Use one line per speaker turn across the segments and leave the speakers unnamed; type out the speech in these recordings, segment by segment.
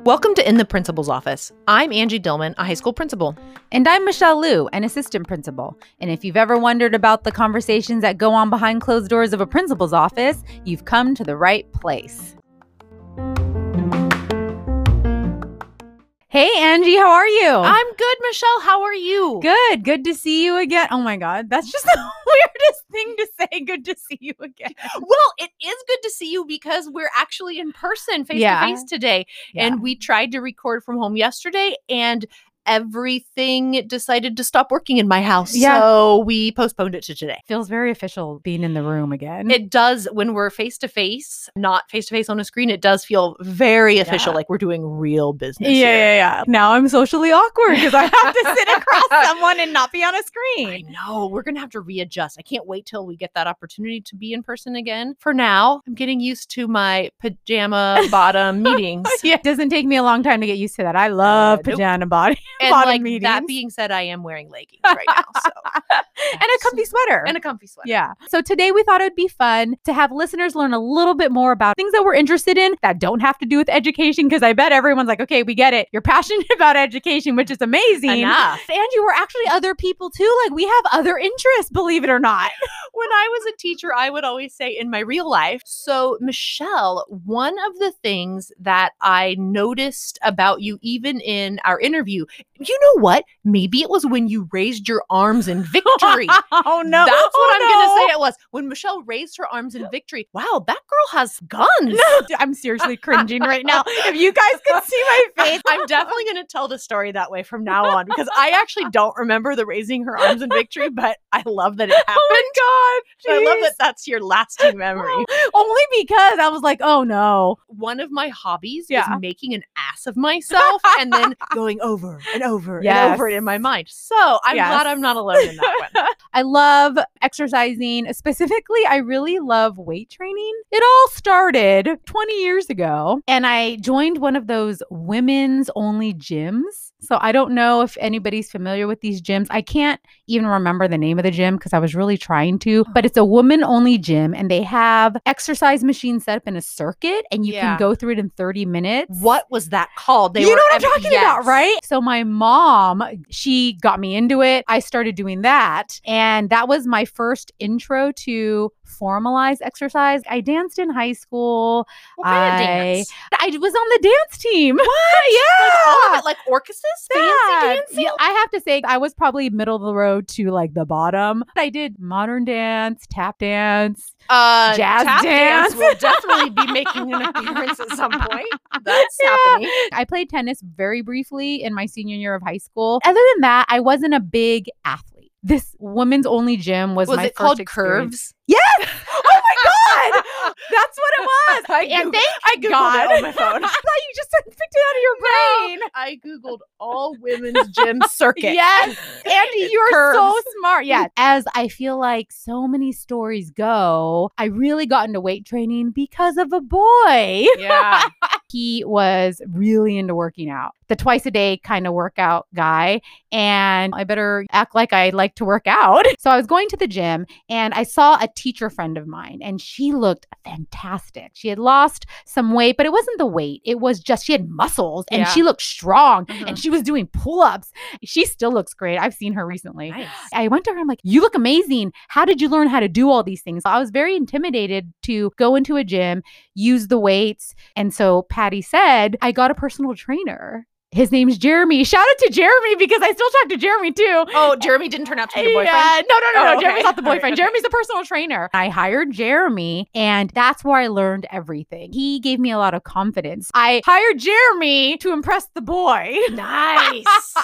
Welcome to In the Principal's Office. I'm Angie Dillman, a high school principal.
And I'm Michelle Liu, an assistant principal. And if you've ever wondered about the conversations that go on behind closed doors of a principal's office, you've come to the right place. Hey, Angie, how are you?
I'm good, Michelle. How are you?
good. Good to see you again. Oh my God, that's just the weirdest thing to say. Good to see you again.
Well, it is good to see you because we're actually in person face
Yeah.
to face today.
And
And we tried to record from home yesterday and everything decided to stop working in my house.
Yeah.
So we postponed it to today.
feels very official being in the room again.
It does when we're face to face, not face to face on a screen, it does feel very official,
Yeah.
like we're doing real business.
yeah,
here.
yeah, yeah. Now I'm socially awkward because I have to sit across someone and not be on a screen.
I know. We're going to have to readjust. I can't wait till we get that opportunity to be in person again. For now, I'm getting used to my pajama bottom meetings.
Yeah, it doesn't take me a long time to get used to that. I love
Uh, nope.
pajama body
And
bottom
like that
meetings.
being said, I am wearing leggings right now. So.
and a comfy sweater.
and a comfy sweater.
yeah. So today we thought it would be fun to have listeners learn a little bit more about things that we're interested in that don't have to do with education because I bet everyone's like, okay, we get it. You're passionate about education, which is amazing.
Enough.
And you were actually other people too. Like we have other interests, believe it or not.
When I was a teacher, I would always say in my real life. So, Michelle, one of the things that I noticed about you, even in our interview, you know what? Maybe it was when you raised your arms in victory.
oh no.
That's what
Oh,
I'm going to
no.
say it was. When Michelle raised her arms in victory, wow, that girl has guns.
No, I'm seriously cringing right now. If you guys could see my face,
I'm definitely going to tell the story that way from now on because I actually don't remember the raising her arms in victory, but I love that it happened.
Oh my god.
I love
jeez.
that that's your lasting memory.
Only because I was like, oh no.
One of my hobbies
Yeah.
is making an ass of myself and then going over and over and over it in my
Yes.
mind. So I'm glad
Yes.
I'm not alone in that one.
I love exercising. Specifically, I really love weight training. It all started 20 years ago, and I joined one of those women's only gyms. So I don't know if anybody's familiar with these gyms. I can't even remember the name of the gym because I was really trying
Oh.
to, but it's a woman only gym, and they have exercise machines set up in a circuit, and you
Yeah.
can go through it in 30 minutes.
What was that called?
you
were
know what I'm
ev-
talking
Yes.
about, right? So my mom, she got me into it. I started doing that, and that was my first intro to formalized exercise. I danced in high school.
What kind of
I-
dance?
I was on the dance team. What?
Like all
yeah.
of it, like orchestras,
Yeah.
fancy dancing.
Yeah, I have to say, I was probably middle of the road to like the bottom. I did modern dance, tap dance.
Uh,
Jazz
tap
dance.
will definitely be making an appearance at some point. That's
Yeah.
happening.
I played tennis very briefly in my senior year of high school. Other than that, I wasn't a big athlete. This women's only gym was,
Was
my
it
first
called
experience.
curves?
Yes! Oh my god! That's what it was.
I
and
Googled-
thank
I googled
God.
it on my phone.
I thought you just picked it out of your brain.
I googled all women's gym circuit.
Yes, Andy,
It's
you're so
curves.
smart. Yeah. As I feel like so many stories go, I really got into weight training because of a boy.
Yeah.
he was really into working out, the twice a day kind of workout guy. And I better act like I like to work out. So I was going to the gym and I saw a teacher friend of mine, and she looked fantastic. She had lost some weight, but it wasn't the weight, it was just she had muscles and
Yeah.
she looked strong
Mhm.
and she was doing pull ups. She still looks great. I've seen her recently.
Nice.
I went to her, I'm like, you look amazing. How did you learn how to do all these things? I was very intimidated to go into a gym, use the weights. And so Patty said, I got a personal trainer. His name's Jeremy. Shout out to Jeremy because I still talk to Jeremy too.
Oh, Jeremy didn't turn out to be your boyfriend.
Yeah, no, no, no,
Oh,
no.
okay.
Jeremy's not the
All right,
boyfriend.
okay.
Jeremy's the personal trainer. I hired Jeremy, and that's where I learned everything. He gave me a lot of confidence. I hired Jeremy to impress the boy.
Nice.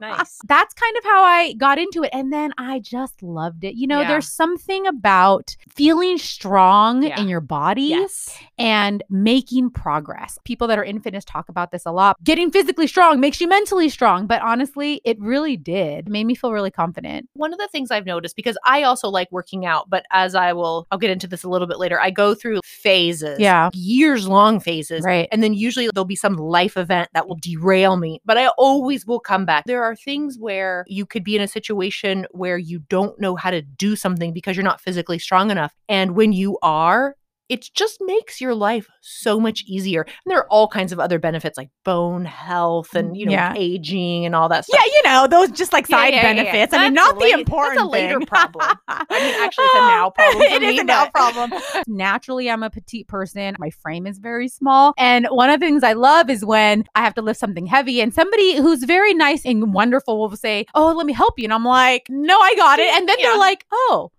nice.
That's kind of how I got into it. And then I just loved it. You know,
Yeah.
there's something about feeling strong
Yeah.
in your body
Yes.
and making progress. People that are in fitness talk about this a lot. Getting physically strong makes you mentally strong. But honestly, it really did. It made me feel really confident.
One of the things I've noticed because I also like working out, but as I will I'll get into this a little bit later, I go through phases.
Yeah.
Years long phases.
Right.
And then usually there'll be some life event that will derail me, but I always will come back. There are things where you could be in a situation where you don't know how to do something because you're not physically strong enough. And when you are, It just makes your life so much easier. And there are all kinds of other benefits like bone health and, you know,
Mm, Yeah.
aging and all that stuff.
Yeah, you know, those just like
Yeah,
side
yeah, yeah, yeah.
benefits. I mean,
That's
not
a
the
late-
important
that's a later
thing.
problem. I mean, actually, it's a now problem for
it is
me,
a now
but-
problem. Naturally, I'm a petite person. My frame is very small. And one of the things I love is when I have to lift something heavy and somebody who's very nice and wonderful will say, Oh, let me help you. And I'm like, No, I got it. And then
Yeah.
they're like, Oh,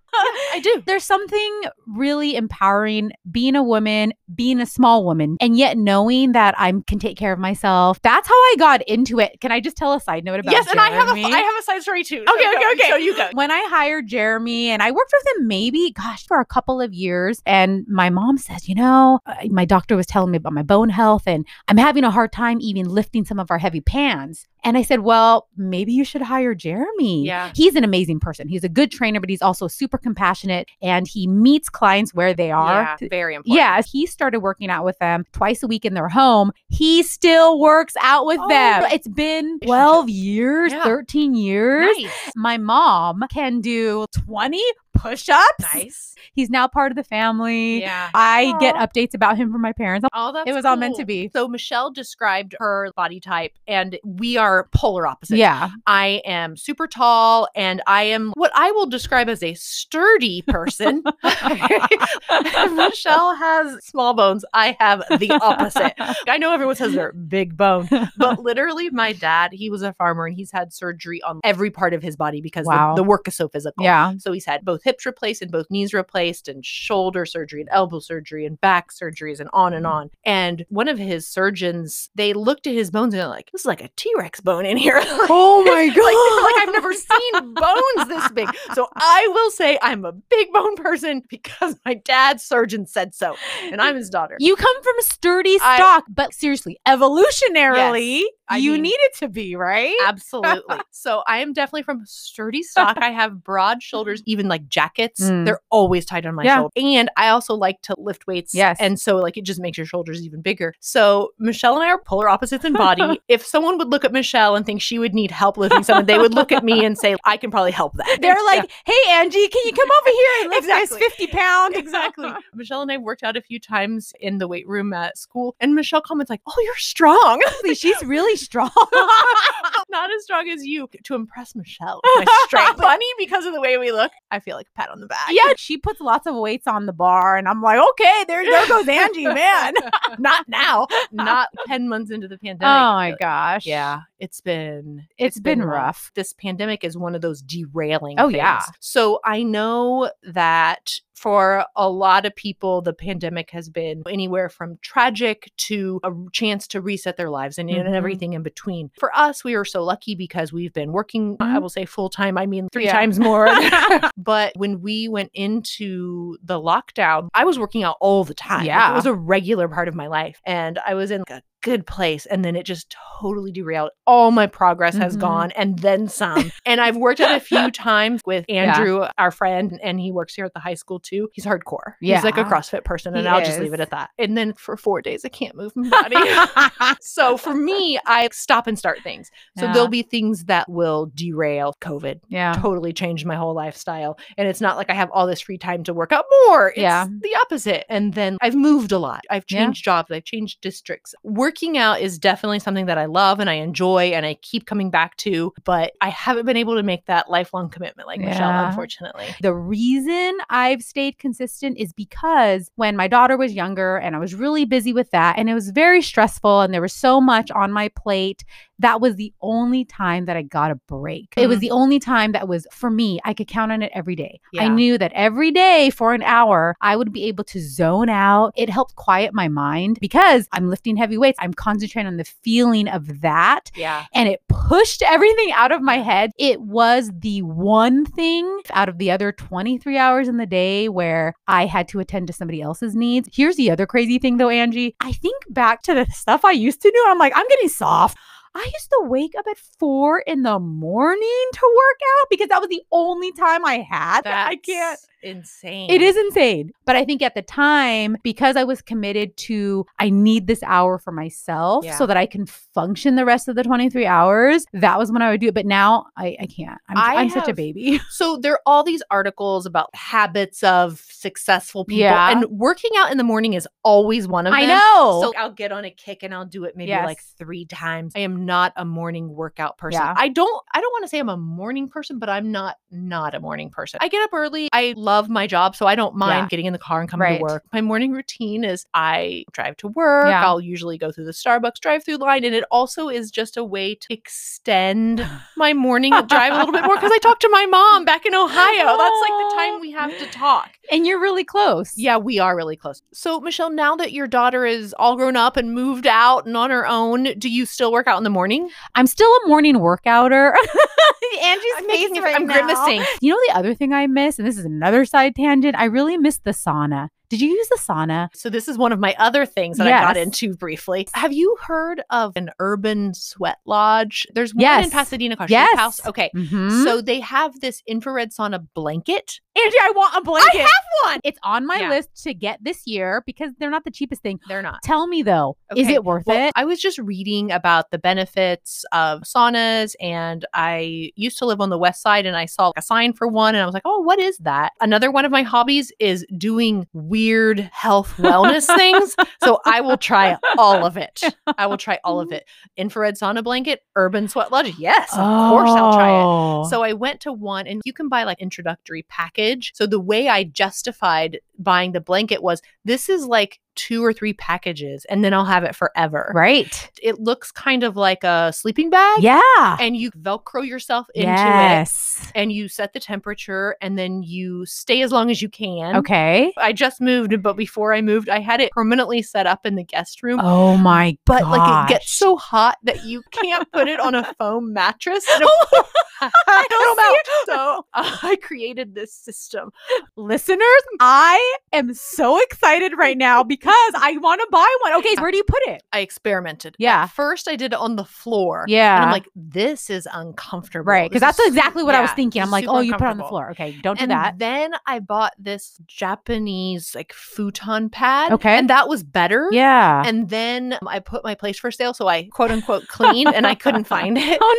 I do.
there's something really empowering being a woman, being a small woman, and yet knowing that I am can take care of myself. That's how I got into it. Can I just tell a side note about
Yes, and I have a
Jeremy?
I have a side story too.
Okay, okay, okay.
So you go.
when I hired Jeremy and I worked with him maybe, gosh, for a couple of years. And my mom says, you know, uh, my doctor was telling me about my bone health and I'm having a hard time even lifting some of our heavy pans. And I said, well, maybe you should hire Jeremy.
Yeah.
He's an amazing person. He's a good trainer, but he's also super compassionate and he meets clients where they are.
Yeah, very important.
Yeah, he started working out with them twice a week in their home. He still works out with
Oh,
them.
really?
It's been 12 years,
Yeah.
13 years.
Nice.
My mom can do 20 push ups.
Nice.
He's now part of the family.
Yeah.
I get
Aw.
updates about him from my parents.
All that
it was all meant to be.
So Michelle described her body type, and we are polar opposites.
Yeah.
I am super tall, and I am what I will describe as a sturdy person. Michelle has small bones. I have the opposite. I know everyone says they're big bone, but literally, my dad, he was a farmer, and he's had surgery on every part of his body because the-
Wow.
the, work is so physical.
Yeah.
So he's had both hips replaced and both knees replaced, and shoulder surgery, and elbow surgery, and back surgeries, and on and on. And one of his surgeons, they looked at his bones and they're like, "This is like a T Rex bone in here." Like,
Oh my
like, like I've never seen bones this big. So I will say I'm a big bone person because my dad's surgeon said so, and I'm his daughter.
You come from sturdy
I-
stock, but seriously, evolutionarily,
I
you
mean-
need it to be, right?
Absolutely. So I am definitely from sturdy stock. I have broad shoulders, even like jackets.
Mm.
They're always tied on my
Yeah.
shoulder. And I also like to lift weights.
Yes.
And so like it just makes your shoulders even bigger. So Michelle and I are polar opposites in body. if someone would look at Michelle and think she would need help lifting something, they would look at me and say, I can probably help that.
They're like, hey, Angie, can you come over here and lift
Exactly.
this 50 pound?
Exactly. Michelle and I worked out a few times in the weight room at school, and Michelle comments like, "Oh, you're strong."
Honestly, She's really strong.
Not as strong as you. To impress Michelle, with my strength. Funny because of the way we look. I feel like a pat on the back.
yeah, she puts lots of weights on the bar, and I'm like, okay, there, there goes Angie, man.
Not now. Not ten months into the pandemic.
oh my gosh.
Yeah, it's been
It's been rough.
This pandemic is one of those derailing.
Oh, yeah.
things. So I know that for a lot of people, the pandemic has been anywhere from tragic to a chance to reset their lives and, and
Mhm.
everything in between. For us, we are so lucky because we've been working. I
Mhm.
will say full time. I mean, three
Yeah.
times more. but when we went into the lockdown, I was working out all the time. Like, it
Yeah.
was a regular part of my life, and I was in like, a good place. And then it just totally derailed. All my progress has
Mhm.
gone, and then some. and I've worked out a few times with
Yeah.
Andrew, our friend, and he works here at the high school too. He's hardcore. He's like a
Yeah.
CrossFit person, and
He
I'll just leave it
is.
at that. And then for four days, I can't move my body. so for me, I stop and start things. So
Yeah.
there'll be things that will derail COVID
yeah.
totally changed my whole lifestyle. And it's not like I have all this free time to work out more. It's
Yeah.
the opposite. And then I've moved a lot. I've
Yeah.
changed jobs. I've changed districts. Working out is definitely something that I love and I enjoy and I keep coming back to, but I haven't been able to make that lifelong commitment like Michelle,
Yeah.
unfortunately.
The reason I've stayed consistent is because when my daughter was younger and I was really busy with that, and it was very stressful, and there was so much on my plate, that was the only time that I got a break. It was the only time that was for me, I could count on it every day.
Yeah.
I knew that every day for an hour, I would be able to zone out. It helped quiet my mind because I'm lifting heavy weights, I'm concentrating on the feeling of that
Yeah.
and it pushed everything out of my head. It was the one thing out of the other 23 hours in the day where I had to attend to somebody else's needs. Here's the other crazy thing though, Angie. I think back to the stuff I used to do, and I'm like, I'm getting soft. I used to wake up at four in the morning to work out because that was the only time I had. I can't.
insane.
It is insane. But I think at the time, because I was committed to, I need this hour for myself
Yeah.
so that I can function the rest of the 23 hours, that was when I would do it. But now I, I can't. I'm,
I
I'm such a
have-
baby.
So there are all these articles about habits of successful people,
Yeah.
and working out in the morning is always one of
I
them.
know.
So I'll get on a kick and I'll do it maybe like
Oh. Yes.
three times. I am not a morning workout person.
Yeah.
I don't I don't want to say I'm a morning person, but I'm not not a morning person. I get up early. I love my job, so I don't mind
Yeah.
getting in the car and coming
Right.
to work. My morning routine is I drive to work.
Yeah.
I'll usually go through the Starbucks drive-through line and it also is just a way to extend my morning drive a little bit more cuz I talk to my mom back in Ohio. That's like the
Aw.
time we have to talk.
and you're really close.
Yeah, we are really close. So, Michelle, now that your daughter is all grown up and moved out and on her own, do you still work out in the morning?
I'm still a morning workouter. Angie's
making a- I'm grimacing.
You know the other thing I miss, and this is another side tangent. I really miss the sauna. Did you use the sauna?
So, this is one of my other things that I got
Yes.
into briefly. Have you heard of an urban sweat lodge? There's one
Yes.
in Pasadena called
Yes.
Shape House. Okay.
Mm-hmm.
So, they have this infrared sauna blanket.
Angie, I want a blanket.
one.
It's on my
Yeah.
list to get this year because they're not the cheapest thing.
They're not.
Tell me though, is
Okay,
it worth
Well,
it?
I was just reading about the benefits of saunas, and I used to live on the west side, and I saw a sign for one, and I was like, "Oh, what is that?" Another one of my hobbies is doing weird health wellness things, so I will try all of it. I will try all of it. Infrared sauna blanket, urban sweat lodge. Yes, of course I'll try it.
So
So I went to one and you can buy like introductory package. So the way I justified buying the blanket was this is like two or three packages and then I'll have it forever.
right.
It looks kind of like a sleeping bag
Yeah.
and you velcro yourself into it
Yes.
and you set the temperature and then you stay as long as you can.
Okay.
I just moved, but before I moved, I had it permanently set up in the guest room.
Oh my
But
gosh.
like it gets so hot that you can't put it on a foam mattress. It'll-
I don't Oh see
So uh, I created this system.
Listeners, I am so excited right now because I want to buy one. Okay, so where do you put it?
I experimented.
Yeah.
At first, I did it on the floor.
Yeah.
And I'm like, this is uncomfortable.
right, because
This
that's
is su-
exactly what I was
yeah,
thinking.
this
I'm
is
like,
super
oh, you put it on the
uncomfortable.
floor. Okay, don't do
And
that.
then I bought this Japanese like futon pad.
Okay.
And that was better.
yeah.
And then um, I put my place for sale. So I quote unquote cleaned and I couldn't find it.
oh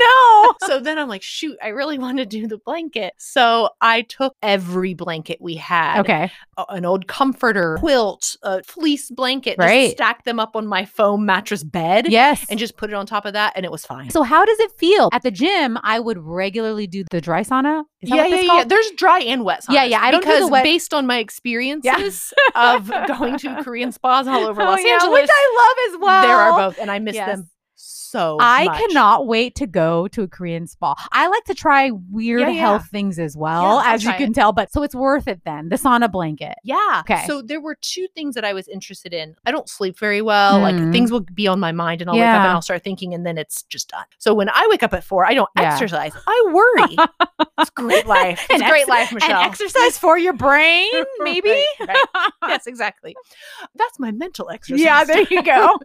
so then I'm like, shoot, I really want to do the blanket. So I took every blanket we had.
no. Okay.
a- an old comforter, quilt, a fleece blanket,
Right.
just stack them up on my foam mattress bed
Yes.
and just put it on top of that and it was fine.
So how does it feel? At the gym, I would regularly do the dry sauna. Is that what it's called?
There's dry and wet saunas.
Yeah, yeah, I don't do the
because
wet-
based on my experiences of going to Korean spas all over
Oh,
Los
yeah,
Angeles,
which I love as well.
there are both, and I miss
Yes.
them so.
I
much.
cannot wait to go to a Korean spa. I like to try weird
Yeah, yeah.
health things as well,
Yeah, I'll
as you
try
can tell. But so it's worth it then. The sauna blanket.
Yeah.
Okay.
So there were two things that I was interested in. I don't sleep very well.
Mm.
Like things will be on my mind and I'll wake up
Yeah.
and I'll start thinking and then it's just done. So when I wake up at four, I don't
Yeah.
exercise. I worry. it's great life. It's
An
great
ex-
life, Michelle.
And exercise for your brain, maybe.
Right, right. Yes, exactly. That's my mental exercise.
yeah, there you go.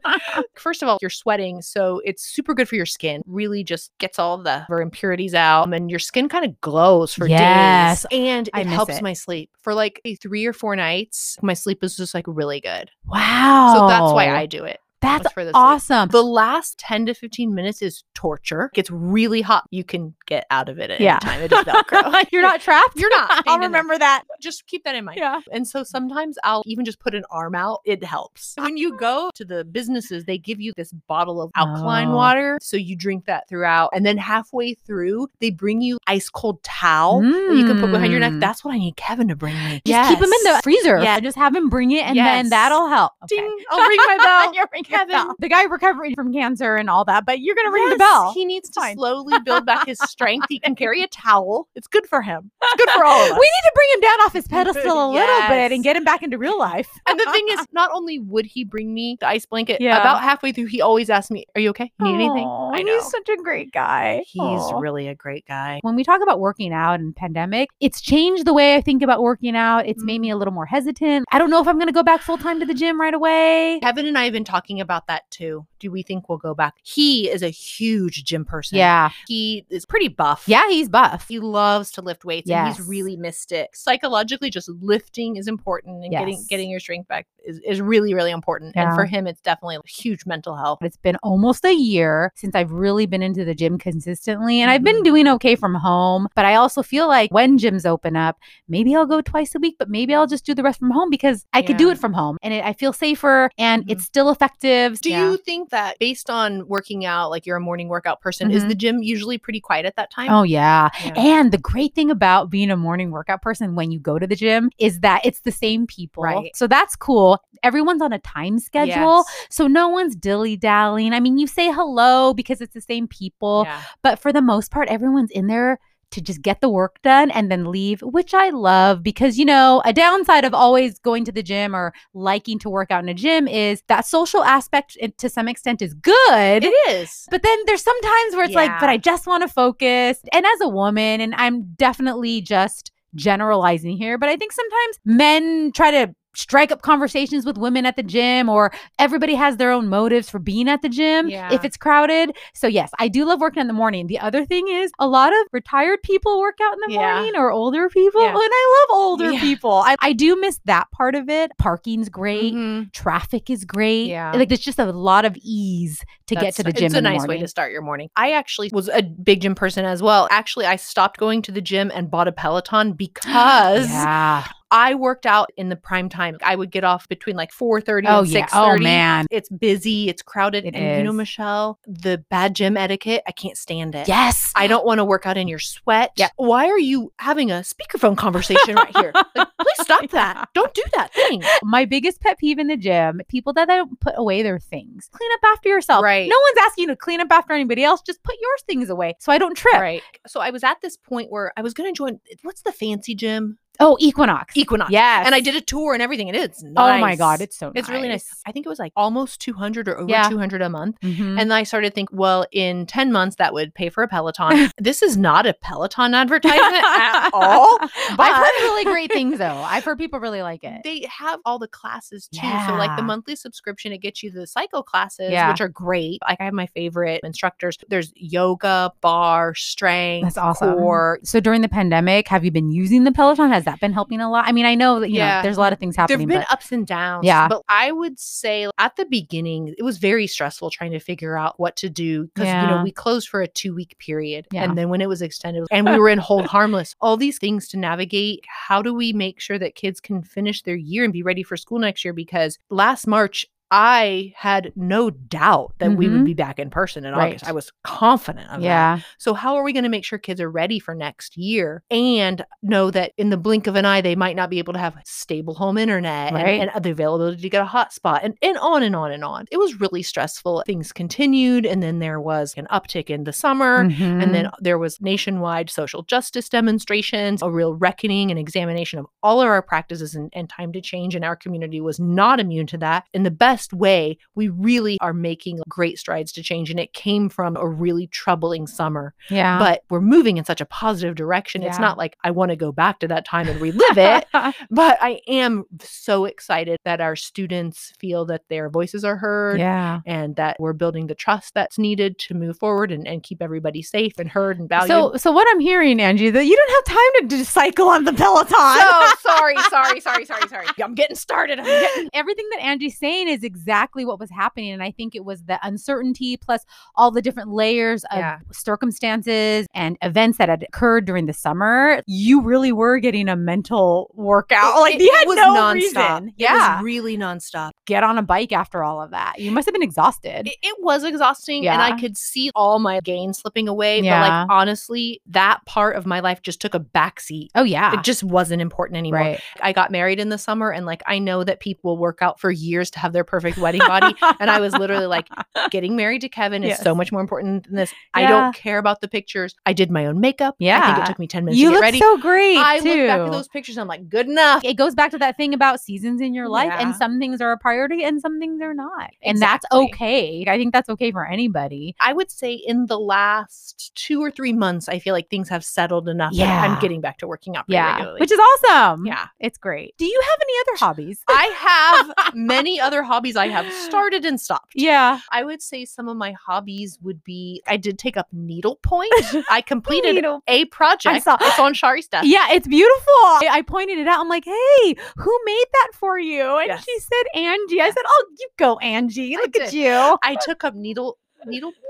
First of all, you're sweating, so it's super good for your skin. Really just gets all the impurities out and your skin kind of glows for
Yes.
days. And it
I miss
helps
it.
my sleep. For like three or four nights, my sleep is just like really good.
wow.
So that's why I do it.
Oh, That's
was for the sleep.
awesome.
The last 10 to 15 minutes is torture. It's really hot. You can get out of it at
Yeah.
any time. It is Velcro.
You're not trapped.
You're not pain
I'll
in the-
remember that.
just keep that in mind.
Yeah.
And so sometimes I'll even just put an arm out. It helps. When
Ah.
you go to the businesses, they give you this bottle of alkaline
Oh.
water. So you drink that throughout. And then halfway through, they bring you ice cold towel that you can put behind your neck.
Mm.
That's what I need Kevin to bring me.
Just keep them in the
Yes.
freezer.
Yes.
Just have him bring it, and then
Yes.
that'll help. Okay.
Ding. I'll ring my bell.
You're ringing your bell.
Kevin.
The guy recovering from cancer and all that, but you're gonna ring the
Yes,
bell.
He needs to
Fine.
slowly build back his strength. He can carry a towel. It's good for him. It's good for all of us.
We need to bring him down off his pedestal a little bit and
Yes.
get him back into real life.
and the thing is, not only would he bring me the ice blanket,
Yeah.
about halfway through, he always asks me, Are you okay? You need anything?
Aw,
I
and
know.
He's such a great guy.
He's
Aw.
really a great guy.
when we talk about working out and pandemic, it's changed the way I think about working Mm. out. It's made me a little more hesitant. I don't know if I'm going to go back full time to the gym right away.
Kevin and I have been talking thinking about that too. Do we think we'll go back? He is a huge gym person.
Yeah.
He is pretty buff.
Yeah, he's buff.
He loves to lift weights and
Yes.
he's really missed it. Psychologically, just lifting is important and getting
Yes.
getting your strength back is, is really, really important.
Yeah.
And for him, it's definitely huge mental health.
It's been almost a year since I've really been into the gym consistently, and I've been
Mhm.
doing okay from home. But I also feel like when gyms open up, maybe I'll go twice a week, but maybe I'll just do the rest from home because I could do
Yeah.
it from home and it, I feel safer and
Mhm.
it's still effective.
Do
Yeah.
you think that based on working out, like you're a morning workout person, is
Mhm.
the gym usually pretty quiet at that time?
Oh, yeah.
Yeah.
And the great thing about being a morning workout person when you go to the gym is that it's the same people.
Right.
So that's cool. Everyone's on a time schedule.
Yes.
So no one's dilly dallying. I mean, you say hello because it's the same people.
Yeah.
But for the most part, everyone's in there to just get the work done and then leave, which I love because, you know, a downside of always going to the gym or liking to work out in a gym is that social aspect it- to some extent is good.
It is.
but then there's some times where it's like, but
Yeah.
I just want to focus. And as a woman, and I'm definitely just generalizing here, but I think sometimes men try to strike up conversations with women at the gym or everybody has their own motives for being at the gym
Yeah.
if it's crowded. So yes, I do love working in the morning. The other thing is a lot of retired people work out in the
Yeah.
morning or older people.
Yeah.
And I love older
Yeah.
people. I, I do miss that part of it. Parking's great.
Mhm.
Traffic is great.
Yeah.
Like there's just a lot of ease to get
That's-
to the gym.
It's a
in the
nice way
morning.
to start your morning. I actually was a big gym person as well. Actually, I stopped going to the gym and bought a Peloton because
Yeah.
I worked out in the prime time. I would get off between like 4:30
Oh
and 6:30.
yeah. Oh man.
It's busy, it's crowded,
It
and you know
is.
Michelle, the bad gym etiquette, I can't stand it.
Yes.
I don't want to work out in your sweat.
Yeah.
Why are you having a speakerphone conversation right here? Like, please stop
Yeah.
that. Don't do that thing.
My biggest pet peeve in the gym, people that don't put away their things. Clean up after yourself.
Right.
No one's asking you to clean up after anybody else. Just put your things away so I don't trip.
Right. So I was at this point where I was going to join what's the fancy gym?
Oh, Equinox.
Equinox.
Yes.
And I did a tour and everything, and it's nice.
Oh my god, it's so nice.
It's really nice. Mm-hmm. I think it was like almost 200 or over
Yeah.
200 a month.
Mhm.
And then I started to think, well, in 10 months, that would pay for a Peloton. this is not a Peloton advertisement at all.
I've heard
but-
really great things though. I've heard people really like it.
They have all the classes too. So, like the
Yeah.
monthly subscription, it gets you the cycle classes,
Yeah.
which are great. Like, I have my favorite instructors. There's yoga, bar, strength,
That's awesome.
core.
so during the pandemic, have you been using the Peloton? Has that been helping a lot? I mean, I know that you know
Yeah.
there's a lot of things happening,
There've been
but
ups and downs.
Yeah.
But I would say at the beginning, it was very stressful trying to figure out what to do because, you
Yeah.
know, we closed for a two week period.
Yeah.
And then when it was extended and we were in hold harmless, all these things to navigate. How do we make sure that kids can finish their year and be ready for school next year? Because last March, I had no doubt that we
Mhm.
would be back in person in August.
Right.
I was confident of that.
yeah,
So, how are we going to make sure kids are ready for next year and know that in the blink of an eye, they might not be able to have stable home internet
Right.
and, and the availability to get a hotspot and, and on and on and on? It was really stressful. Things continued, and then there was an uptick in the summer.
Mm-hmm.
And then there was nationwide social justice demonstrations, a real reckoning and examination of all of our practices and, and time to change. And our community was not immune to that. In the best way, we really are making great strides to change. And it came from a really troubling summer,
Mhm. yeah,
but we're moving in such a positive direction. It's
Yeah.
not like I want to go back to that time and relive it, but I am so excited that our students feel that their voices are heard
yeah.
and that we're building the trust that's needed to move forward and, and keep everybody safe and heard and valued.
So, so what I'm hearing, Angie, that you don't have time to just cycle on the Peloton.
So sorry, sorry, sorry, sorry, sorry. I'm getting started. I'm getting
Everything that Angie's saying is exactly what was happening. And I think it was the uncertainty plus all the different layers of
Yeah.
circumstances and events that had occurred during the summer. You really were getting a mental workout. like, you had no reason.
Yeah,
Yeah.
it was really nonstop.
Get on a bike after all of that. You must have been exhausted.
It, it was exhausting, and
Yeah.
I could see all my gains slipping away. But
Yeah.
like honestly, that part of my life just took a backseat.
oh, yeah.
It just wasn't important anymore.
Right.
I got married in the summer, and like I know that people work out for years to have their perfect wedding body. and I was literally like, getting married to Kevin is so
Yes.
much more important than this. I
Yeah.
don't care about the pictures. I did my own makeup. I
Yeah.
think it took me 10 minutes
you
to get
look
ready.
so great.
I
too.
look back at those pictures. I'm like, good enough.
it goes back to that thing about seasons in your life
Yeah.
and some things are a priority and some things are not. And that's
Exactly.
okay. I think that's okay for anybody.
I would say in the last two or three months, I feel like things have settled enough. that I'm
Yeah.
getting back to working out pretty
Yeah.
regularly.
Which is awesome.
yeah.
It's great. Do you have any other hobbies?
I have many other hobbies I have started and stopped.
yeah.
I would say some of my hobbies would be I did take up needlepoint. I completed
Needle-
a project.
saw-
It's on Shari's desk.
Yeah, it's beautiful. I, I pointed it out. I'm like, hey, who made that for you? And
Yes.
she said Angie. I said, oh, you go, Angie.
I
Look at
did.
you.
I took up needle needlepoint.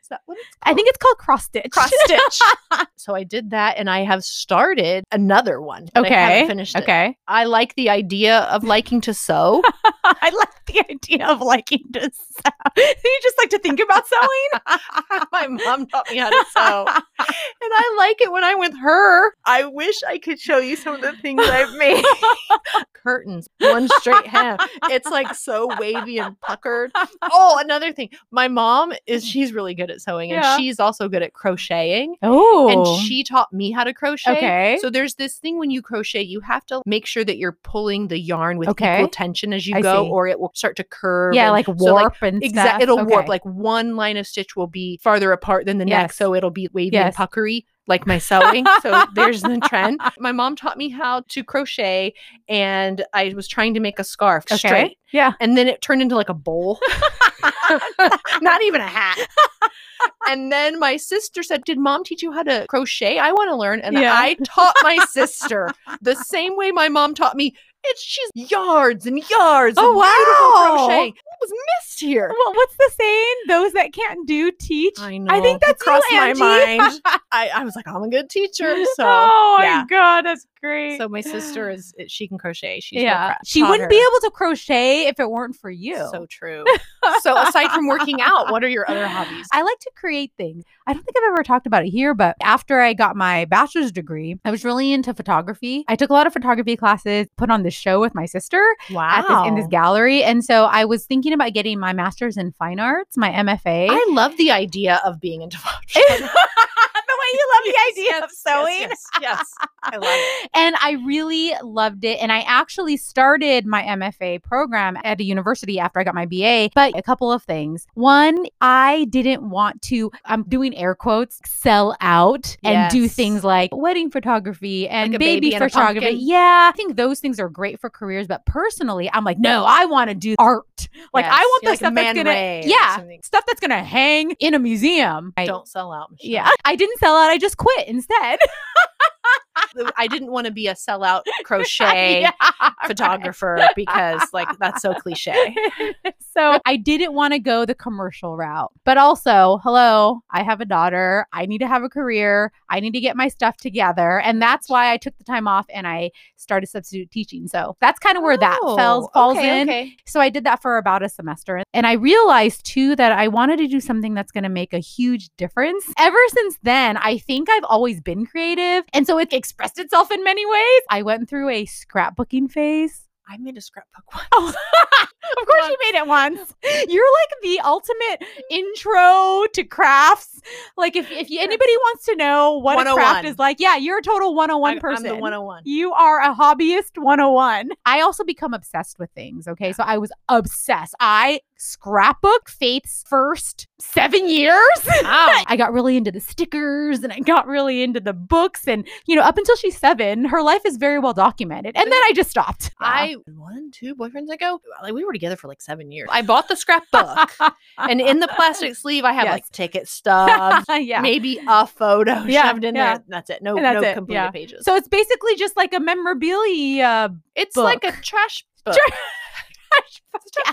Is that what it's
I think it's called cross stitch.
cross stitch? so I did that, and I have started another one. but I haven't
okay.
finished it.
okay.
I like the idea of liking to sew.
I like the idea of liking to sew. you just like to think about sewing?
My mom taught me how to sew. And I like it when I'm with her. I wish I could show you some of the things I've made. Curtains, one straight hem. It's like so wavy and puckered. Oh, another thing. My mom is she's really good at sewing
Yeah.
and she's also good at crocheting.
Oh.
And she taught me how to crochet.
Okay.
So there's this thing when you crochet, you have to make sure that you're pulling the yarn with
Okay.
equal tension as you
I
go,
see.
or it will start to curve.
yeah,
and-
like warp
so, like,
and stuff.
Exactly. It'll warp.
Okay.
Like one line of stitch will be farther apart than the next.
Yes.
So it'll be wavy
Yes.
and puckery, like my sewing. so there's the trend. My mom taught me how to crochet and I was trying to make a scarf
okay.
straight.
Yeah.
And then it turned into like a bowl. Not even a hat. and then my sister said, Did mom teach you how to crochet? I want to learn. And
Yeah.
I taught my sister the same way my mom taught me. It's just yards and yards
Oh,
of beautiful
wow.
crocheting. What was missed here?
Well, what's the saying? Those that can't do teach.
I
I
know.
think that's
Crossed
you,
my
Angie.
mind. I, I was like, I'm a good teacher. So,
oh my
yeah.
god, that's great.
so my sister is she can crochet. She's
yeah, she wouldn't be able to crochet if it weren't for you.
So true. so aside from working out, what are your other hobbies?
I like to create things. I don't think I've ever talked about it here, but after I got my bachelor's degree, I was really into photography. I took a lot of photography classes, put on this show with my sister
Wow.
at this, in this gallery. And so I was thinking about getting my master's in fine arts, my MFA.
I love the idea of being into
the
photography.
way you love the idea of sewing.
Yes, yes, yes. I love it.
and I really loved it. And I actually started my MFA program at a university after I got my BA. But a couple of things. One, I didn't want to, I'm doing air quotes, sell out and do
Yes.
things like wedding photography and
a
baby,
baby and a
photography.
pumpkin.
yeah. I think those things are great for careers. But personally, I'm like, no, I want to do art. Like, I
Yes,
want the
you're like a
stuff
Man
that's going to,
Ray or
yeah,
something.
stuff that's going to hang in a museum. I-
Don't sell out. Michelle.
yeah. I didn't sell out. I just quit instead.
I didn't want to be a sellout crochet
Yeah, right.
photographer because, like, that's so cliche.
so I didn't want to go the commercial route. But also, hello, I have a daughter. I need to have a career. I need to get my stuff together. And that's why I took the time off and I started substitute teaching. So that's kind of where that falls
Oh,
falls
okay,
in.
okay.
So I did that for about a semester. And I realized too that I wanted to do something that's going to make a huge difference. Ever since then, I think I've always been creative. And so it expressed itself in many ways. I went through a scrapbooking phase.
I made a scrapbook once.
Oh, of course you made it once. You're like the ultimate intro to crafts. Like if if you, anybody wants to know what a craft
101.
is like, yeah, you're a total 101
I'm-
person.
I'm the 101.
You are a hobbyist 101. I also become obsessed with things. Okay. So I was obsessed. I scrapbook Faith's first seven years.
Wow.
I got really into the stickers and I got really into the books. And, you know, up until she's seven, her life is very well documented. And then I just stopped.
I one, two boyfriends ago. Like we were together for like seven years. I bought the scrapbook, and in the plastic sleeve, I have
Yes.
like ticket stubs,
yeah.
maybe a photo
Yeah,
shoved in
yeah.
there. That's it. No,
And that's
no
it,
completed
yeah.
pages.
So it's basically just like a memorabilia, uh,
it's
book.
like a trash book.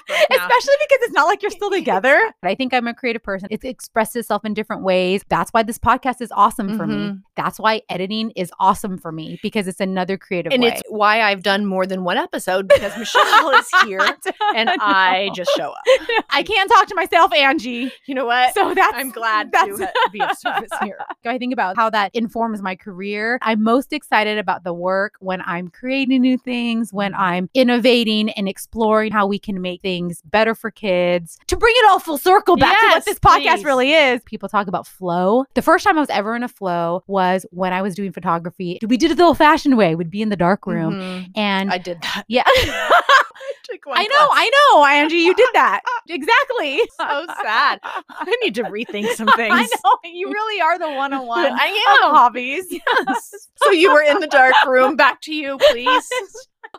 especially
now.
because it's not like you're still together. But I think I'm a creative person. It expresses itself in different ways. That's why this podcast is awesome for me.
Mhm.
That's why editing is awesome for me because it's another creative
and
way.
it's why I've done more than one episode because Michelle is here and I just show up.
I can't talk to myself, Angie.
You know what?
So that's
I'm glad
that's
to ha- be of service here.
I think about how that informs my career. I'm most excited about the work
Mm-hmm.
when I'm creating new things, when I'm innovating and exploring how we can make things better for kids. To bring it all full circle back to
Yes,
what this podcast
please.
really is, people talk about flow. The first time I was ever in a flow was when I was doing photography. We did it the old fashioned way, we'd be in the dark room.
Mhm.
And
I did that.
yeah.
Took one
I know,
class.
I know, Angie, you did that. Exactly.
So sad. I need to rethink some things.
I know. You really are the one on one
I am.
hobbies.
Yes. So you were in the dark room. Back to you, please.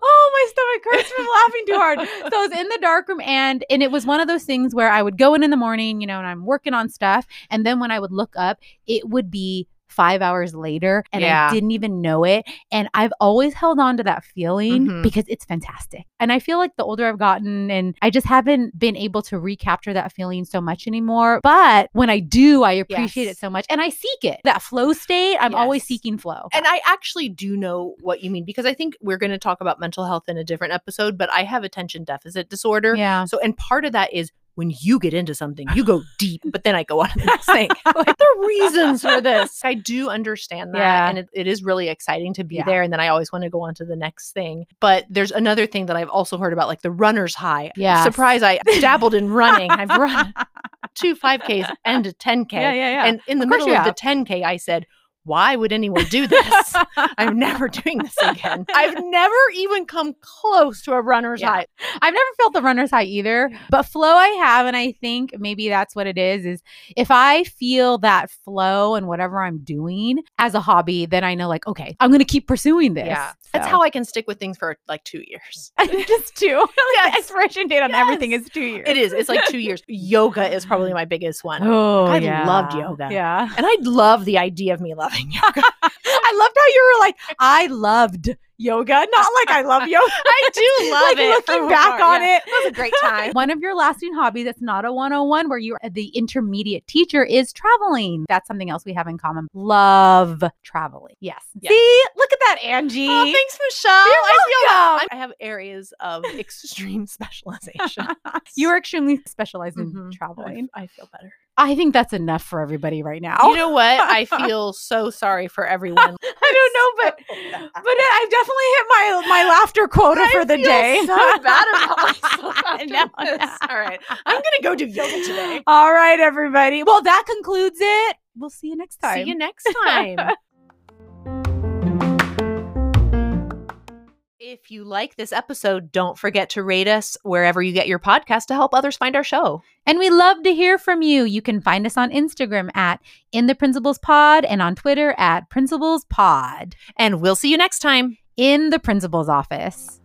Oh, my stomach hurts from laughing too hard. So I was in the dark room and and it was one of those things where I would go in in the morning, you know, and I'm working on stuff, and then when I would look up, it would be 5 hours later and
Yeah.
I didn't even know it, and I've always held on to that feeling
Mhm.
because it's fantastic. And I feel like the older I've gotten and I just haven't been able to recapture that feeling so much anymore, but when I do, I appreciate
Yes.
it so much and I seek it. That flow state, I'm always
Yes.
seeking flow.
And I actually do know what you mean because I think we're going to talk about mental health in a different episode, but I have attention deficit disorder.
yeah.
So, and part of that is when you get into something, you go deep, but then I go on to the next thing. Like, there are reasons for this. I do understand that.
Yeah.
And it, it is really exciting to be
Yeah.
there. And then I always want to go on to the next thing. But there's another thing that I've also heard about, like the runner's high.
Yes.
Surprise, I dabbled in running. I've run two 5Ks and a 10K.
Yeah, yeah, yeah.
And in the
Of course
middle
you
of the 10K, I said, why would anyone do this? I'm never doing this again. I've never even come close to a runner's
Yeah.
high.
I've never felt the runner's high either, but flow I have, and I think maybe that's what it is. Is if I feel that flow and whatever I'm doing as a hobby, then I know like, okay, I'm gonna keep pursuing this.
Yeah. That's how I can stick with things for like two years.
just two. Like,
Yes.
The expiration date on everything is two years.
It is. It's like two years. Yoga is probably my biggest one.
Oh,
I
yeah.
loved yoga.
Yeah,
And I love the idea of me loving yoga.
I loved how you were like, I loved yoga, not like I love yoga.
I do
like looking back on it.
It was a great time.
One of your lasting hobbies that's not a 101 where you're the intermediate teacher is traveling. That's something else we have in common. Love traveling. Yes.
Yes.
See, look at that, Angie.
Oh, thanks, Michelle. I feel
welcome.
I have areas of extreme specialization.
you are extremely specialized in
Mhm.
traveling.
I feel better.
I think that's enough for everybody right now.
You know what? I feel so sorry for everyone.
I don't know, but but I've definitely hit my my laughter quota
I
for the
feel
day.
So bad about myself.
I
after
know.
this. All right. I'm gonna go do yoga today.
All right, everybody. Well, that concludes it. We'll see you next time.
See you next time. if you like this episode, don't forget to rate us wherever you get your podcast to help others find our show.
And we love to hear from you. You can find us on Instagram at In the Principles Pod and on Twitter at Principles Pod
And we'll see you next time.
in the Principles Office.